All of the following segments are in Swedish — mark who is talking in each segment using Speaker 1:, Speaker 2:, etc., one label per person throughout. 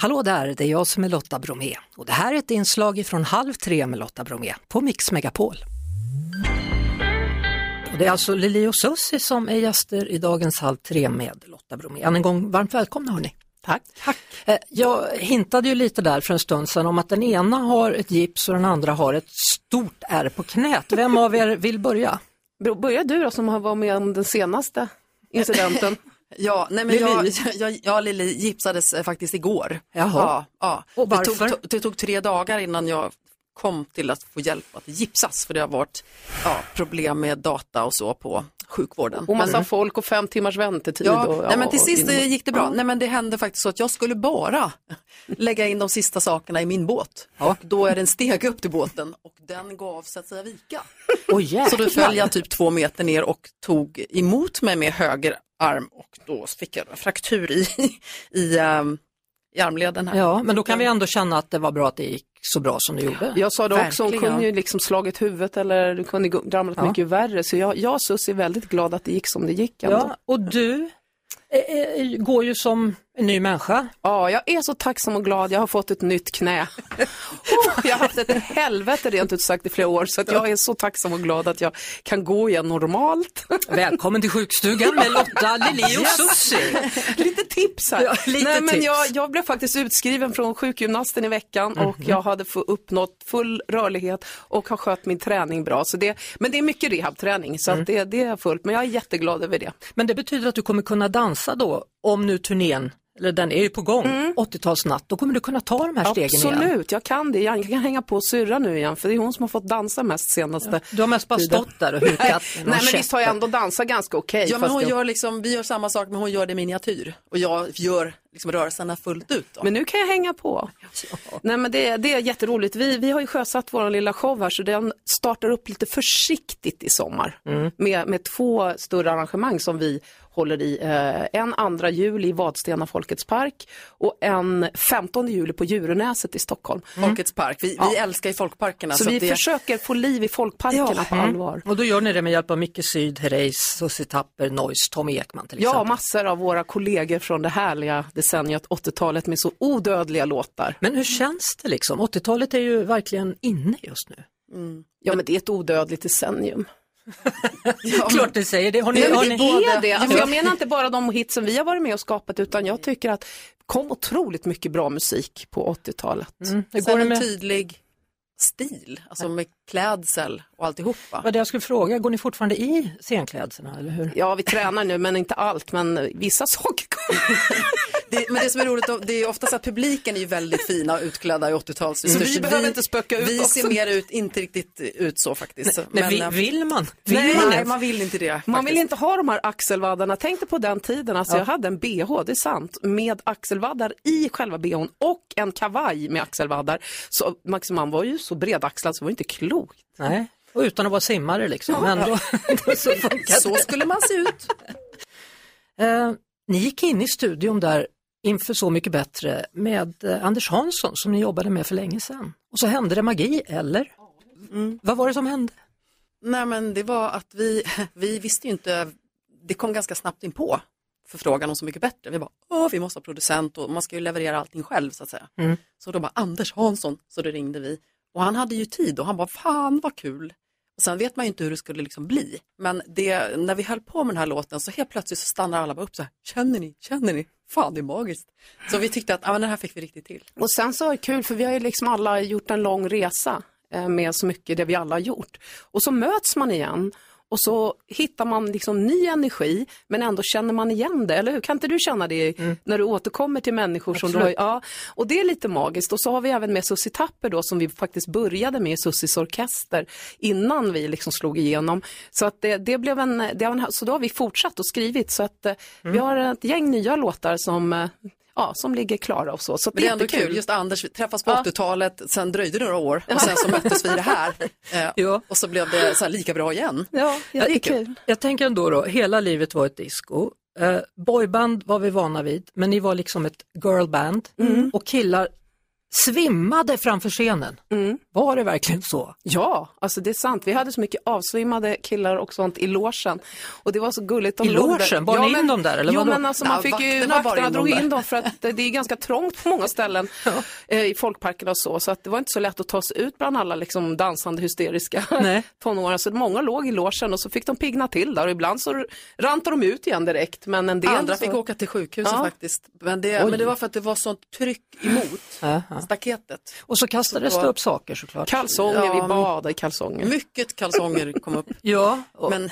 Speaker 1: Hallå där, det är jag som är Lotta Bromé och det här är ett inslag från Halv tre med Lotta Bromé på Mix Megapol. Och det är alltså Lili och Susie som är gäster i dagens Halv tre med Lotta Bromé. Än en gång varmt välkomna hörni.
Speaker 2: Tack.
Speaker 1: Eh, Jag hintade ju lite där för en stund sedan om att den ena har ett gips och den andra har ett stort ärr på knät. Vem av er vill börja?
Speaker 2: Bro- Börja du då som har varit med om den senaste incidenten.
Speaker 3: Ja, nej men
Speaker 1: Lili.
Speaker 3: jag, jag, jag, Lili gipsades eh, faktiskt igår.
Speaker 1: Jaha.
Speaker 3: Ja, ja.
Speaker 1: Och
Speaker 3: det, tog,
Speaker 1: varför?
Speaker 3: to- det tog tre dagar innan jag kom till att få hjälp att gipsas för det har varit ja, problem med data och så på sjukvården.
Speaker 2: Och massa
Speaker 3: Men-
Speaker 2: folk och fem timmars väntetid.
Speaker 3: Mm. Ja,
Speaker 2: och,
Speaker 3: nej, men till
Speaker 2: och-
Speaker 3: sist eh, gick det bra.
Speaker 2: Ja.
Speaker 3: Nej, men det hände faktiskt så att jag skulle bara lägga in de sista sakerna i min båt. Och då är det en steg upp till båten och den gav så att säga vika.
Speaker 1: Oh,
Speaker 3: Så då föll jag typ två meter ner och tog emot mig med höger arm och då fick jag en fraktur i, i, ehm, i armleden här.
Speaker 1: Ja, men då kan vi ändå känna att det var bra att det gick så bra som det gjorde.
Speaker 2: Jag sa det också, hon
Speaker 3: Verkligen.
Speaker 2: kunde ju liksom slagit huvudet eller du kunde gå- ramlat
Speaker 1: Ja.
Speaker 2: mycket värre. Så jag, jag och Susie är väldigt glad att det gick som det gick. Ändå. Ja.
Speaker 1: Ja, och du eh, eh, går ju som en ny människa.
Speaker 2: ja, jag är så tacksam och glad. Jag har fått ett nytt knä. Oh, jag har haft ett helvete rent ut sagt i flera år. Så att jag är så tacksam och glad att jag kan gå igen normalt.
Speaker 1: Välkommen till sjukstugan med Lotta, Lili och Susie.
Speaker 2: lite tips här.
Speaker 1: Ja, lite
Speaker 2: Nej, men
Speaker 1: tips.
Speaker 2: Jag, jag blev faktiskt utskriven från sjukgymnasten i veckan och jag hade få- uppnått full rörlighet och har skött min träning bra. Så det, men det är mycket rehabträning så att det, det är fullt, men jag är jätteglad över det.
Speaker 1: Men det betyder att du kommer kunna dansa då, om nu turnén, eller den är ju på gång, 80-talsnatt, då kommer du kunna ta de här stegen igen.
Speaker 2: Mm. Absolut, jag kan det. Jag kan hänga på syrra nu igen för det är hon som har fått dansa mest senaste.
Speaker 1: Du har mest bara stått där och hukat. med någon
Speaker 2: Nej men
Speaker 1: käpp.
Speaker 2: visst har jag ändå dansat ganska okej.
Speaker 3: Ja, men
Speaker 2: fast
Speaker 3: hon
Speaker 2: jag-
Speaker 3: gör liksom, vi gör samma sak men hon gör det i miniatyr och jag gör liksom rörelserna fullt ut. Då.
Speaker 2: Men nu kan jag hänga på. Nej, men det, det är jätteroligt. Vi, vi har ju sjösatt vår lilla show här så den startar upp lite försiktigt i sommar
Speaker 3: Mm.
Speaker 2: med, med två större arrangemang som vi håller i. Eh, en andra juli i Vadstena Folkets park och en 15 juli på Djurönäset i Stockholm.
Speaker 3: Folkets park, vi, vi älskar ju folkparkerna.
Speaker 2: Så,
Speaker 3: att
Speaker 2: vi
Speaker 3: Alltså, det,
Speaker 2: försöker få liv i folkparkerna
Speaker 3: Ja. Mm.
Speaker 2: på allvar.
Speaker 1: Och då gör ni det med hjälp av Micke Syd, Herreys, Susie Tapper, Noise, Tommy Ekman till exempel.
Speaker 2: Ja, massor av våra kollegor från det härliga decenniet 80-talet med så odödliga låtar.
Speaker 1: Men hur känns det liksom? 80-talet är ju verkligen inne just nu.
Speaker 2: Ja, men det är ett odödligt decennium.
Speaker 3: ja, men-
Speaker 1: Klart ni säger det. Har ni,
Speaker 3: Nej, men
Speaker 1: har
Speaker 3: det
Speaker 1: ni...
Speaker 3: är
Speaker 2: är
Speaker 3: båda.
Speaker 2: det. Alltså,
Speaker 3: Ja.
Speaker 2: jag menar inte bara de hits som vi har varit med och skapat utan jag tycker att kom otroligt mycket bra musik på 80-talet.
Speaker 1: Mm, hur går
Speaker 3: Sen
Speaker 1: det
Speaker 3: en
Speaker 1: med...
Speaker 3: tydlig stil, alltså med klädsel och alltihopa.
Speaker 1: Vad det jag skulle fråga, går ni fortfarande i scenkläderna eller hur?
Speaker 2: Ja, vi tränar nu men inte allt, men vissa saker kommer.
Speaker 3: Det, men det som är roligt, då, det är ju oftast att publiken är ju väldigt fina och utklädda i 80-tals.
Speaker 2: Så vi behöver inte spöka ut
Speaker 3: Vi
Speaker 2: oss.
Speaker 3: ser mer ut, inte riktigt ut så faktiskt.
Speaker 1: Nej,
Speaker 3: Men,
Speaker 1: vi-
Speaker 3: eh,
Speaker 1: vill man? Vill
Speaker 3: nej,
Speaker 1: man
Speaker 3: nej,
Speaker 1: ens?
Speaker 3: man vill inte det.
Speaker 2: Man
Speaker 3: faktiskt.
Speaker 2: vill inte ha de här axelvaddarna. Tänk dig på den tiden, alltså, jag hade en bh, det är sant, med axelvaddar i själva bhn och en kavaj med axelvaddar. Så Max man var ju så bredaxlad så det var ju inte klokt.
Speaker 1: Nej. Och utan att vara simmare liksom. Men ändå, så funkar
Speaker 3: Så skulle man se ut.
Speaker 1: det. Eh, ni gick in i studion där inför Så mycket bättre med eh, Anders Hansson som ni jobbade med för länge sedan. Och så hände det magi, eller? Vad var det som hände?
Speaker 3: Nej men det var att vi, vi visste ju inte, det kom ganska snabbt in på förfrågan om Så mycket bättre. Vi bara, åh vi måste ha producent och man ska ju leverera allting själv så att säga.
Speaker 1: Mm.
Speaker 3: Så då bara Anders Hansson, så då ringde vi och han hade ju tid och han bara, fan vad kul. Och sen vet man ju inte hur det skulle liksom bli. Men det, när vi höll på med den här låten så helt plötsligt så stannar alla bara upp så här, känner ni, känner ni, fan det är magiskt. Så vi tyckte att, ja men den här fick vi riktigt till.
Speaker 2: Och sen så är det kul för vi har ju liksom alla gjort en lång resa eh, med så mycket det vi alla har gjort. Och så möts man igen och så hittar man liksom ny energi men ändå känner man igen det, eller hur? Kan inte du känna det när du återkommer till människor som du har,
Speaker 1: Absolut.
Speaker 2: ja, och det är lite magiskt. Och så har vi även med Sussi Tapper då som vi faktiskt började med i Sussis orkester innan vi liksom slog igenom. Så att det, det blev en, det var en, så då har vi fortsatt och skrivit så att eh, vi har ett gäng nya låtar som eh, Ja, som ligger klara och så. så att
Speaker 3: Men det är ändå
Speaker 2: jättekul.
Speaker 3: kul, just Anders, vi träffas på
Speaker 2: Ja.
Speaker 3: 80-talet, sen dröjde det några år och sen så möttes vi i det här. Eh,
Speaker 1: Ja.
Speaker 3: Och så blev det så här lika bra igen.
Speaker 2: Ja, jättekul.
Speaker 1: Jag tänker ändå då, hela livet var ett disco. Eh,
Speaker 3: Mm.
Speaker 1: boyband var vi vana vid, men ni var liksom ett girlband och killar svimmade framför scenen.
Speaker 3: Mm.
Speaker 1: Var det verkligen så?
Speaker 2: Ja, alltså det är sant. Vi hade så mycket avsvimmade killar och sånt i logen. Och det var så gulligt. De
Speaker 1: I
Speaker 2: låg där.
Speaker 1: logen? Bar ni in
Speaker 2: men-
Speaker 1: dem där, eller
Speaker 2: Jo,
Speaker 1: vadå?
Speaker 2: men alltså man
Speaker 3: Nej,
Speaker 2: fick ju,
Speaker 3: vakterna bar
Speaker 2: vakterna
Speaker 3: in dem
Speaker 2: drog in
Speaker 3: där.
Speaker 2: dem för att det är ganska trångt på många ställen eh, i folkparkerna och så. Så att det var inte så lätt att ta sig ut bland alla liksom dansande hysteriska
Speaker 1: Nej.
Speaker 2: tonåringar. Så många låg i logen och så fick de pigna till där och ibland så rantade de ut igen direkt. Men en del
Speaker 3: Andra
Speaker 2: så...
Speaker 3: fick åka till sjukhuset
Speaker 2: Ja.
Speaker 3: faktiskt. Men det, men det var för att det var sånt tryck emot staketet.
Speaker 1: Och så kastades
Speaker 3: Så
Speaker 1: det upp saker såklart.
Speaker 2: Kalsonger,
Speaker 3: Ja,
Speaker 2: vi badade i kalsonger.
Speaker 3: Mycket kalsonger kom upp.
Speaker 1: Ja, och,
Speaker 3: Men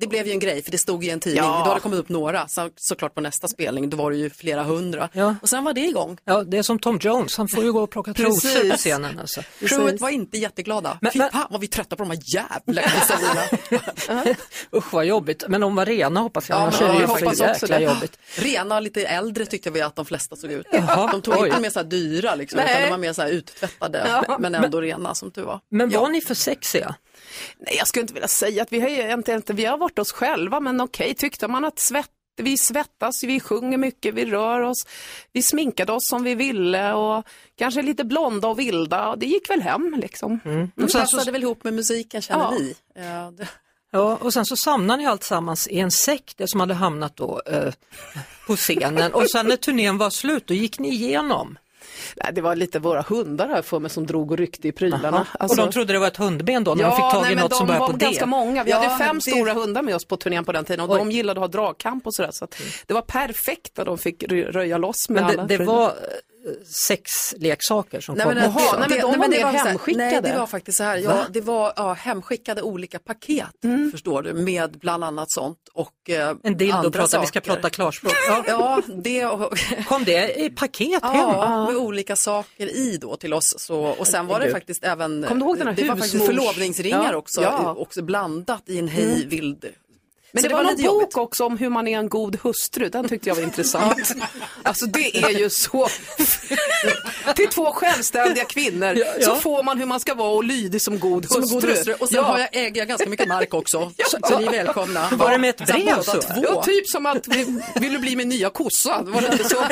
Speaker 3: det blev ju en grej, för det stod i en tidning.
Speaker 2: Ja.
Speaker 3: Då hade det kommit upp några. Sen, såklart på nästa spelning, då var det ju flera hundra.
Speaker 1: Ja.
Speaker 3: Och sen var det igång.
Speaker 1: ja, det är som Tom Jones, han får ju gå och plocka trosor på
Speaker 3: Precis.
Speaker 1: scenen. Alltså.
Speaker 3: Crewet var inte jätteglada.
Speaker 1: Men-
Speaker 3: Fy
Speaker 1: men-
Speaker 3: fan vad vi är trötta på de här jävla kalsongerna.
Speaker 1: Usch vad jobbigt, men de var rena hoppas jag,
Speaker 3: Ja,
Speaker 1: annars
Speaker 3: men
Speaker 1: är det ju
Speaker 3: jag
Speaker 1: för
Speaker 3: hoppas
Speaker 1: jäkla
Speaker 3: också det.
Speaker 1: jobbigt.
Speaker 3: Rena och lite äldre tyckte vi att de flesta såg ut.
Speaker 1: Jaha,
Speaker 3: De tog
Speaker 1: oj.
Speaker 3: inte med så här dyra liksom, utan
Speaker 2: Nej.
Speaker 3: de var mer så här uttvättade, men ändå rena som du var.
Speaker 1: Men var ni för sexiga?
Speaker 2: Nej, jag skulle inte vilja säga att vi har, ju egentligen inte, vi har varit oss själva, men okej, tyckte man att svett, vi svettas, vi sjunger mycket, vi rör oss, vi sminkade oss som vi ville och kanske lite blonda och vilda. Det gick väl hem liksom.
Speaker 3: Det
Speaker 1: Och sen
Speaker 3: passade
Speaker 1: så,
Speaker 3: väl ihop med musiken känner
Speaker 2: Ja.
Speaker 3: vi. Ja, det...
Speaker 1: ja, och sen så samlade ni allt sammans i en säck, det som hade hamnat då eh, på scenen. Och sen när turnén var slut, då gick ni igenom.
Speaker 2: Nej, det var lite våra hundar här för mig som drog och ryckte i prylarna. Alltså-
Speaker 1: Och de trodde det var ett hundben då, när de fick tag
Speaker 2: nej,
Speaker 1: i
Speaker 2: men
Speaker 1: något
Speaker 2: de
Speaker 1: som började
Speaker 2: var
Speaker 1: på D.
Speaker 2: ganska många. Vi
Speaker 3: Ja,
Speaker 2: hade fem
Speaker 3: det-
Speaker 2: stora hundar med oss på turnén på den tiden och de
Speaker 1: Oj. Mm.
Speaker 2: gillade att ha dragkamp och sådär. Så att det var perfekt när de fick rö- röja loss med
Speaker 1: Men det,
Speaker 2: alla
Speaker 1: det
Speaker 2: prylar.
Speaker 1: var eh, sexleksaker som
Speaker 3: Nej,
Speaker 1: kom.
Speaker 3: men,
Speaker 1: också.
Speaker 2: Jaha, nej, men de var mer
Speaker 3: så här-
Speaker 2: hemskickade.
Speaker 3: Nej, det var faktiskt så här. Ja, det var ja, hemskickade olika paket, förstår du, med bland annat sånt och eh,
Speaker 1: En dildo
Speaker 3: andra
Speaker 1: pratar, vi ska
Speaker 3: saker.
Speaker 1: prata klarspråk. Ja.
Speaker 3: Ja, det och,
Speaker 1: Kom det i paket hem?
Speaker 3: ja, med olika saker i då till oss. Så, och sen var det
Speaker 1: Herregud.
Speaker 3: faktiskt även,
Speaker 2: Kom du ihåg den här
Speaker 3: det var faktiskt
Speaker 2: husmors-
Speaker 3: förlovningsringar
Speaker 2: Ja.
Speaker 3: också,
Speaker 2: Ja. Mm.
Speaker 3: också blandat i en hej vild.
Speaker 2: Men
Speaker 3: Så
Speaker 2: det, var, någon
Speaker 3: lite
Speaker 2: bok
Speaker 3: jobbigt.
Speaker 2: också om hur man är en god hustru, den tyckte jag var intressant. alltså det är ju så, till två självständiga kvinnor
Speaker 1: ja.
Speaker 2: så får man hur man ska vara och lydig som god
Speaker 3: Som
Speaker 2: hustru.
Speaker 3: en god hustru. Och sen har jag, äger jag ganska mycket mark också, så, så ni är välkomna.
Speaker 1: Var det med ett brev
Speaker 3: båda
Speaker 1: så?
Speaker 3: två.
Speaker 2: Ja, typ som att, vi- vill du bli min nya kossa? Det var lite så.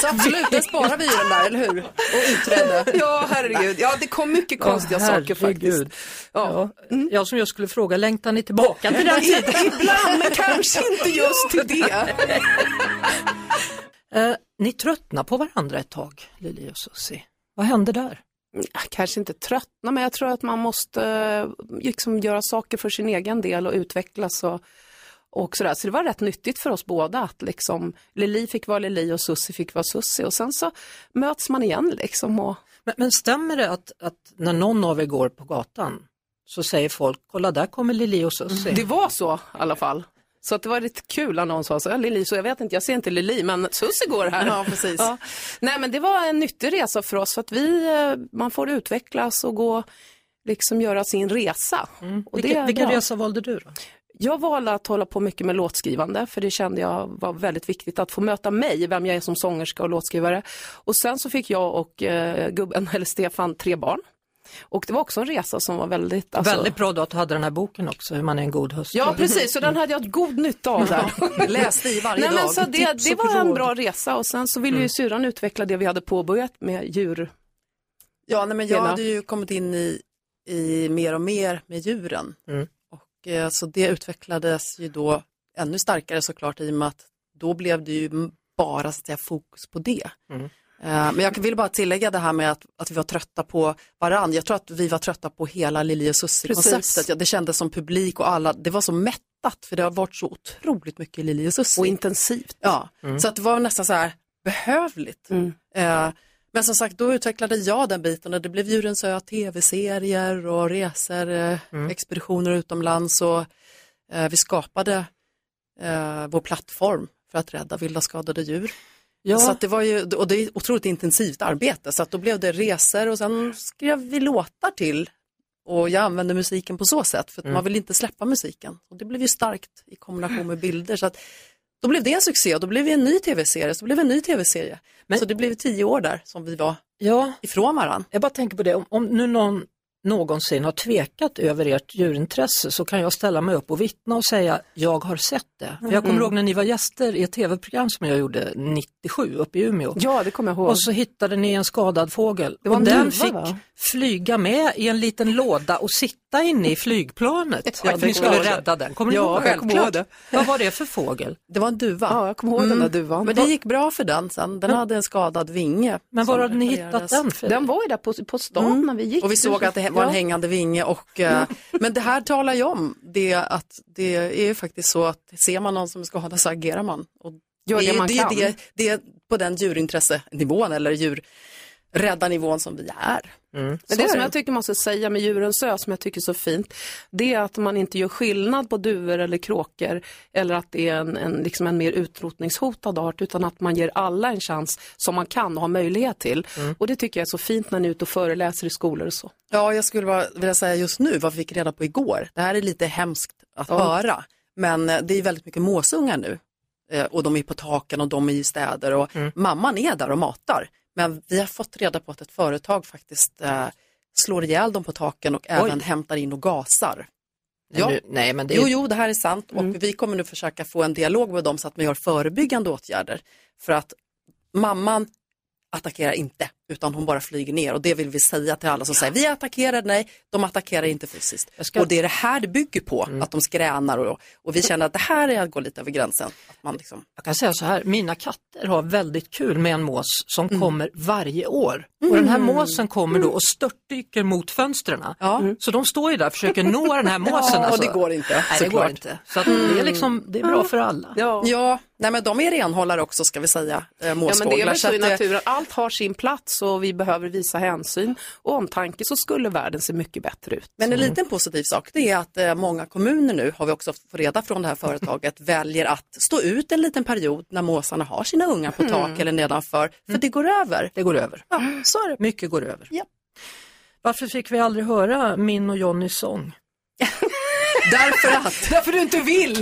Speaker 3: Så absolut, den sparar vi i den där, eller hur? Och utträdde.
Speaker 2: Ja, herregud. Ja, det kom mycket konstiga
Speaker 1: Åh,
Speaker 2: saker faktiskt. Mm.
Speaker 1: herregud. Ja. Jag som jag skulle fråga, längtar ni tillbaka till den tiden?
Speaker 2: Ibland, men kanske inte just till det.
Speaker 1: Eh, ni tröttnade på varandra ett tag, Lili och Susie. Vad hände där?
Speaker 2: kanske inte tröttna, men jag tror att man måste eh, liksom göra saker för sin egen del och utvecklas och, och sådär. Så det var rätt nyttigt för oss båda att liksom, Lili fick vara Lili och Sussi fick vara Sussi och sen så möts man igen liksom. Och,
Speaker 1: Men, men stämmer det att, att när någon av er går på gatan så säger folk, kolla där kommer Lili och Susie.
Speaker 2: det var så i alla fall. Så att det var lite kul när någon sa så, "Ja, Lili, så jag vet inte, jag ser inte Lili, men Sussi går här.
Speaker 3: Ja, precis.
Speaker 2: Ja. Nej, men det var en nyttig resa för oss, för att vi, eh, man får utvecklas och gå, liksom göra sin resa.
Speaker 3: Mm.
Speaker 2: Och
Speaker 1: Vilken, Mm. vilken
Speaker 2: ja.
Speaker 1: resa valde du då?
Speaker 2: Jag valde att hålla på mycket med låtskrivande för det kände jag var väldigt viktigt att få möta mig, vem jag är som sångerska och låtskrivare. Och sen så fick jag och eh, gubben, eller Stefan, tre barn. Och det var också en resa som var väldigt... alltså-
Speaker 1: Väldigt bra då att du hade den här boken också, hur man är en god hustru.
Speaker 2: Ja, precis, så den hade jag god nytta av där.
Speaker 3: Läste i varje
Speaker 2: Nej, men
Speaker 3: dag.
Speaker 2: så det,
Speaker 3: Tips
Speaker 2: det
Speaker 3: och
Speaker 2: var en
Speaker 3: råd. Mm.
Speaker 2: bra resa och sen så ville ju syrran utveckla det vi hade påbörjat med djur.
Speaker 3: Ja, nej, men jag
Speaker 2: Hela.
Speaker 3: hade ju kommit in i, i mer och mer med djuren.
Speaker 1: Mm.
Speaker 3: Och, eh, så det utvecklades ju då ännu starkare såklart i och med att då blev det ju m- bara så att säga, fokus på det.
Speaker 1: Mm.
Speaker 3: Eh, Men jag vill bara tillägga det här med att, att vi var trötta på varandra. Jag tror att vi var trötta på hela Lili och Susie-konceptet.
Speaker 2: Precis.
Speaker 3: Ja, det kändes som publik och alla, det var så mättat för det har varit så otroligt mycket Lili och Susie.
Speaker 2: Och intensivt. Mm.
Speaker 3: Ja, så att det var nästan så här behövligt. Eh, men som sagt, då utvecklade jag den biten och det blev Djurens ö, tv-serier och resor, eh, expeditioner utomlands och eh, vi skapade eh, vår plattform för att rädda vilda skadade djur.
Speaker 1: Ja.
Speaker 3: Så att det var ju, och det är ett otroligt intensivt arbete, så att då blev det resor och sen skrev vi låtar till och jag använde musiken på så sätt,
Speaker 1: Mm.
Speaker 3: för att man vill inte släppa musiken. Och det blev ju starkt i kombination med bilder. Så att då blev det en succé och då blev det en ny tv-serie, så blev det en ny tv-serie.
Speaker 1: Men-
Speaker 3: Så det blev tio år där som vi var
Speaker 1: ja,
Speaker 3: ifrån varandra.
Speaker 1: jag bara tänker på det, om, om nu någon någonsin har tvekat över ert djurintresse så kan jag ställa mig upp och vittna och säga jag har sett det. För jag kommer ihåg när ni var gäster i ett tv-program som jag gjorde 97 uppe i Umeå.
Speaker 2: Ja, det kommer jag ihåg.
Speaker 1: Och så hittade ni en skadad fågel
Speaker 2: Det var
Speaker 1: och
Speaker 2: en
Speaker 1: den
Speaker 2: duva,
Speaker 1: fick
Speaker 2: va?
Speaker 1: flyga med i en liten låda och sitta inne i flygplanet.
Speaker 2: Ja,
Speaker 1: för
Speaker 2: det
Speaker 1: ni skulle
Speaker 2: kommer jag ihåg.
Speaker 1: rädda den. Kommer ni
Speaker 3: Ja,
Speaker 1: ihåg det?
Speaker 3: jag kommer ihåg det.
Speaker 1: Vad var det för fågel?
Speaker 3: Det var en duva.
Speaker 2: Ja, jag kommer ihåg den där duvan.
Speaker 3: Mm. Men det gick bra för den sen. Den hade en skadad vinge.
Speaker 1: Men var
Speaker 3: som
Speaker 1: hade ni hittat
Speaker 3: reparerades.
Speaker 1: den? För?
Speaker 2: Den var ju där på, på stan när vi gick.
Speaker 3: Mm. Och vi såg att det var en
Speaker 2: Ja.
Speaker 3: hängande vinge. Och, eh, men det här talar jag om. Det, att det är ju faktiskt så att ser man någon som är skadad så agerar man. Och
Speaker 2: Gör
Speaker 3: är
Speaker 2: det
Speaker 3: ju-
Speaker 2: man
Speaker 3: är
Speaker 2: kan.
Speaker 3: Det, det är på den djurintressenivån eller djurräddarnivån som vi är.
Speaker 2: Men
Speaker 3: Så
Speaker 2: det
Speaker 3: är
Speaker 2: som
Speaker 3: det.
Speaker 2: jag tycker man ska säga med Djurens ö, som jag tycker är så fint, det är att man inte gör skillnad på duvor eller kråkor eller att det är en, en, liksom en mer utrotningshotad art, utan att man ger alla en chans som man kan och har möjlighet till. Och det tycker jag är så fint när ni är ute och föreläser i skolor och så.
Speaker 3: Ja, jag skulle bara vilja säga just nu vad vi fick reda på igår. Det här är lite hemskt att
Speaker 2: Ja.
Speaker 3: höra, men eh, det är väldigt mycket måsungar nu. Eh, Och de är på taken och de är i städer och mamman är där och matar. Men vi har fått reda på att ett företag faktiskt eh, slår ihjäl dem på taken och även hämtar in och gasar.
Speaker 1: Nej,
Speaker 3: Ja.
Speaker 1: nu- Nej, men det Mm.
Speaker 3: Jo, jo, det här är sant och vi kommer nu försöka få en dialog med dem så att man gör förebyggande åtgärder. För att mamman attackerar inte, utan hon bara flyger ner och det vill vi säga till alla som säger vi attackerar, nej, de attackerar inte fysiskt.
Speaker 1: Jag ska- Mm.
Speaker 3: Och det är det här det bygger på, att de skränar och, och vi känner att det här är att gå lite över gränsen. Att man liksom...
Speaker 1: Jag kan säga så här, mina katter har väldigt kul med en mås som kommer varje år. Och den här måsen kommer då och störtdyker mot fönstren. Mm.
Speaker 3: Ja.
Speaker 1: Så de står ju där och försöker nå den här måsen.
Speaker 3: Ja,
Speaker 1: alltså.
Speaker 3: det går inte.
Speaker 1: Nej, det går
Speaker 3: såklart.
Speaker 1: inte. Så att det, är liksom, det är bra för alla.
Speaker 2: Ja.
Speaker 3: Ja, nej men de är renhållare också ska vi säga, eh,
Speaker 2: Ja, men det är
Speaker 3: måsfåglar.
Speaker 2: väl
Speaker 3: Så
Speaker 2: så i
Speaker 3: att, eh,
Speaker 2: naturen, allt har sin plats och vi behöver visa hänsyn och omtanke så skulle världen se mycket bättre ut.
Speaker 3: Men en liten positiv sak det är att eh, många kommuner nu, har vi också fått reda från det här företaget, väljer att stå ut en liten period när måsarna har sina ungar på tak eller nedanför, för det går över.
Speaker 1: Det går över.
Speaker 3: Ja, så är det.
Speaker 1: Mycket går över.
Speaker 3: Ja.
Speaker 1: Varför fick vi aldrig höra min och Johnnys sång?
Speaker 3: Därför att
Speaker 2: Därför du inte vill!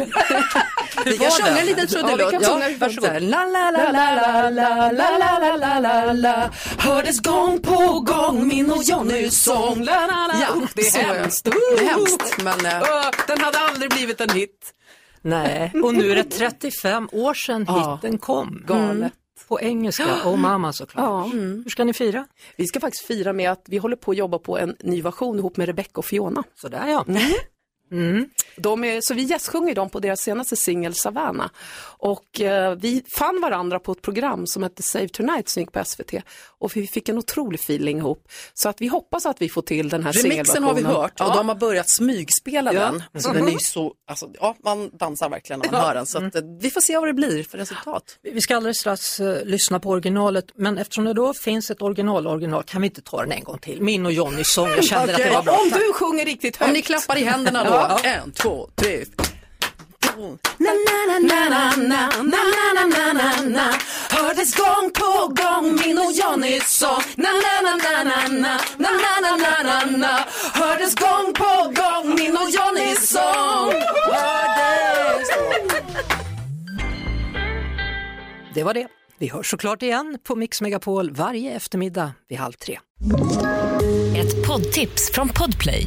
Speaker 3: vi kan
Speaker 1: var
Speaker 3: sjunga
Speaker 1: den.
Speaker 3: en liten trudelutt.
Speaker 2: Ja, vi kan sjunga. Varsågod.
Speaker 3: La, la, la, la, la, la, la, la, la, la, la, la. Hördes gång på gång min och Johnnys sång.
Speaker 2: La, la, la.
Speaker 3: Ja,
Speaker 2: Usch, det
Speaker 3: så
Speaker 2: är
Speaker 3: är det.
Speaker 2: hemskt.
Speaker 3: Det är
Speaker 2: Usch.
Speaker 3: hemskt, men eh,
Speaker 2: Öh, Den hade aldrig blivit en hit.
Speaker 1: Nej, och nu är det 35 år sedan
Speaker 2: Ja.
Speaker 1: hitten
Speaker 3: Mm.
Speaker 1: kom.
Speaker 2: Galet.
Speaker 1: På engelska, Oh mamma såklart. Hur ska ni fira?
Speaker 2: Vi ska faktiskt fira med att vi håller på att jobba på en ny version ihop med Rebecca och Fiona.
Speaker 1: Sådär ja.
Speaker 2: Mm. De är, så vi gästsjunger dem på deras senaste singel Savannah. Och eh, vi fann varandra på ett program som hette Save Tonight som gick på SVT. Och vi fick en otrolig feeling ihop. Så att vi hoppas att vi får till den här
Speaker 3: remixen har vi hört och
Speaker 2: Ja.
Speaker 3: de har börjat smygspela
Speaker 2: Ja.
Speaker 3: den. Så den är ju så, alltså, ja, man dansar verkligen när man hör den. Så att, eh, vi får se vad det blir för resultat.
Speaker 1: Vi ska alldeles strax eh, lyssna på originalet men eftersom det då finns ett original original kan vi inte ta den en gång till. Min och Johnnys sång, jag kände att det var bra.
Speaker 2: Om du sjunger riktigt högt.
Speaker 3: Om ni klappar i händerna då.
Speaker 1: Ja.
Speaker 3: En, två, tre. Boom.
Speaker 2: Na, na, na, na, na, na, na, na, na, na, na. Hördes gång på gång min och Johnnys sång na, na, na, na, na, na, na, na, na, na, na, na. Hördes gång på gång min och Johnnys sång
Speaker 1: Det var det. Vi hörs såklart igen på Mix Megapol varje eftermiddag vid halv tre.
Speaker 4: Ett poddtips från Podplay.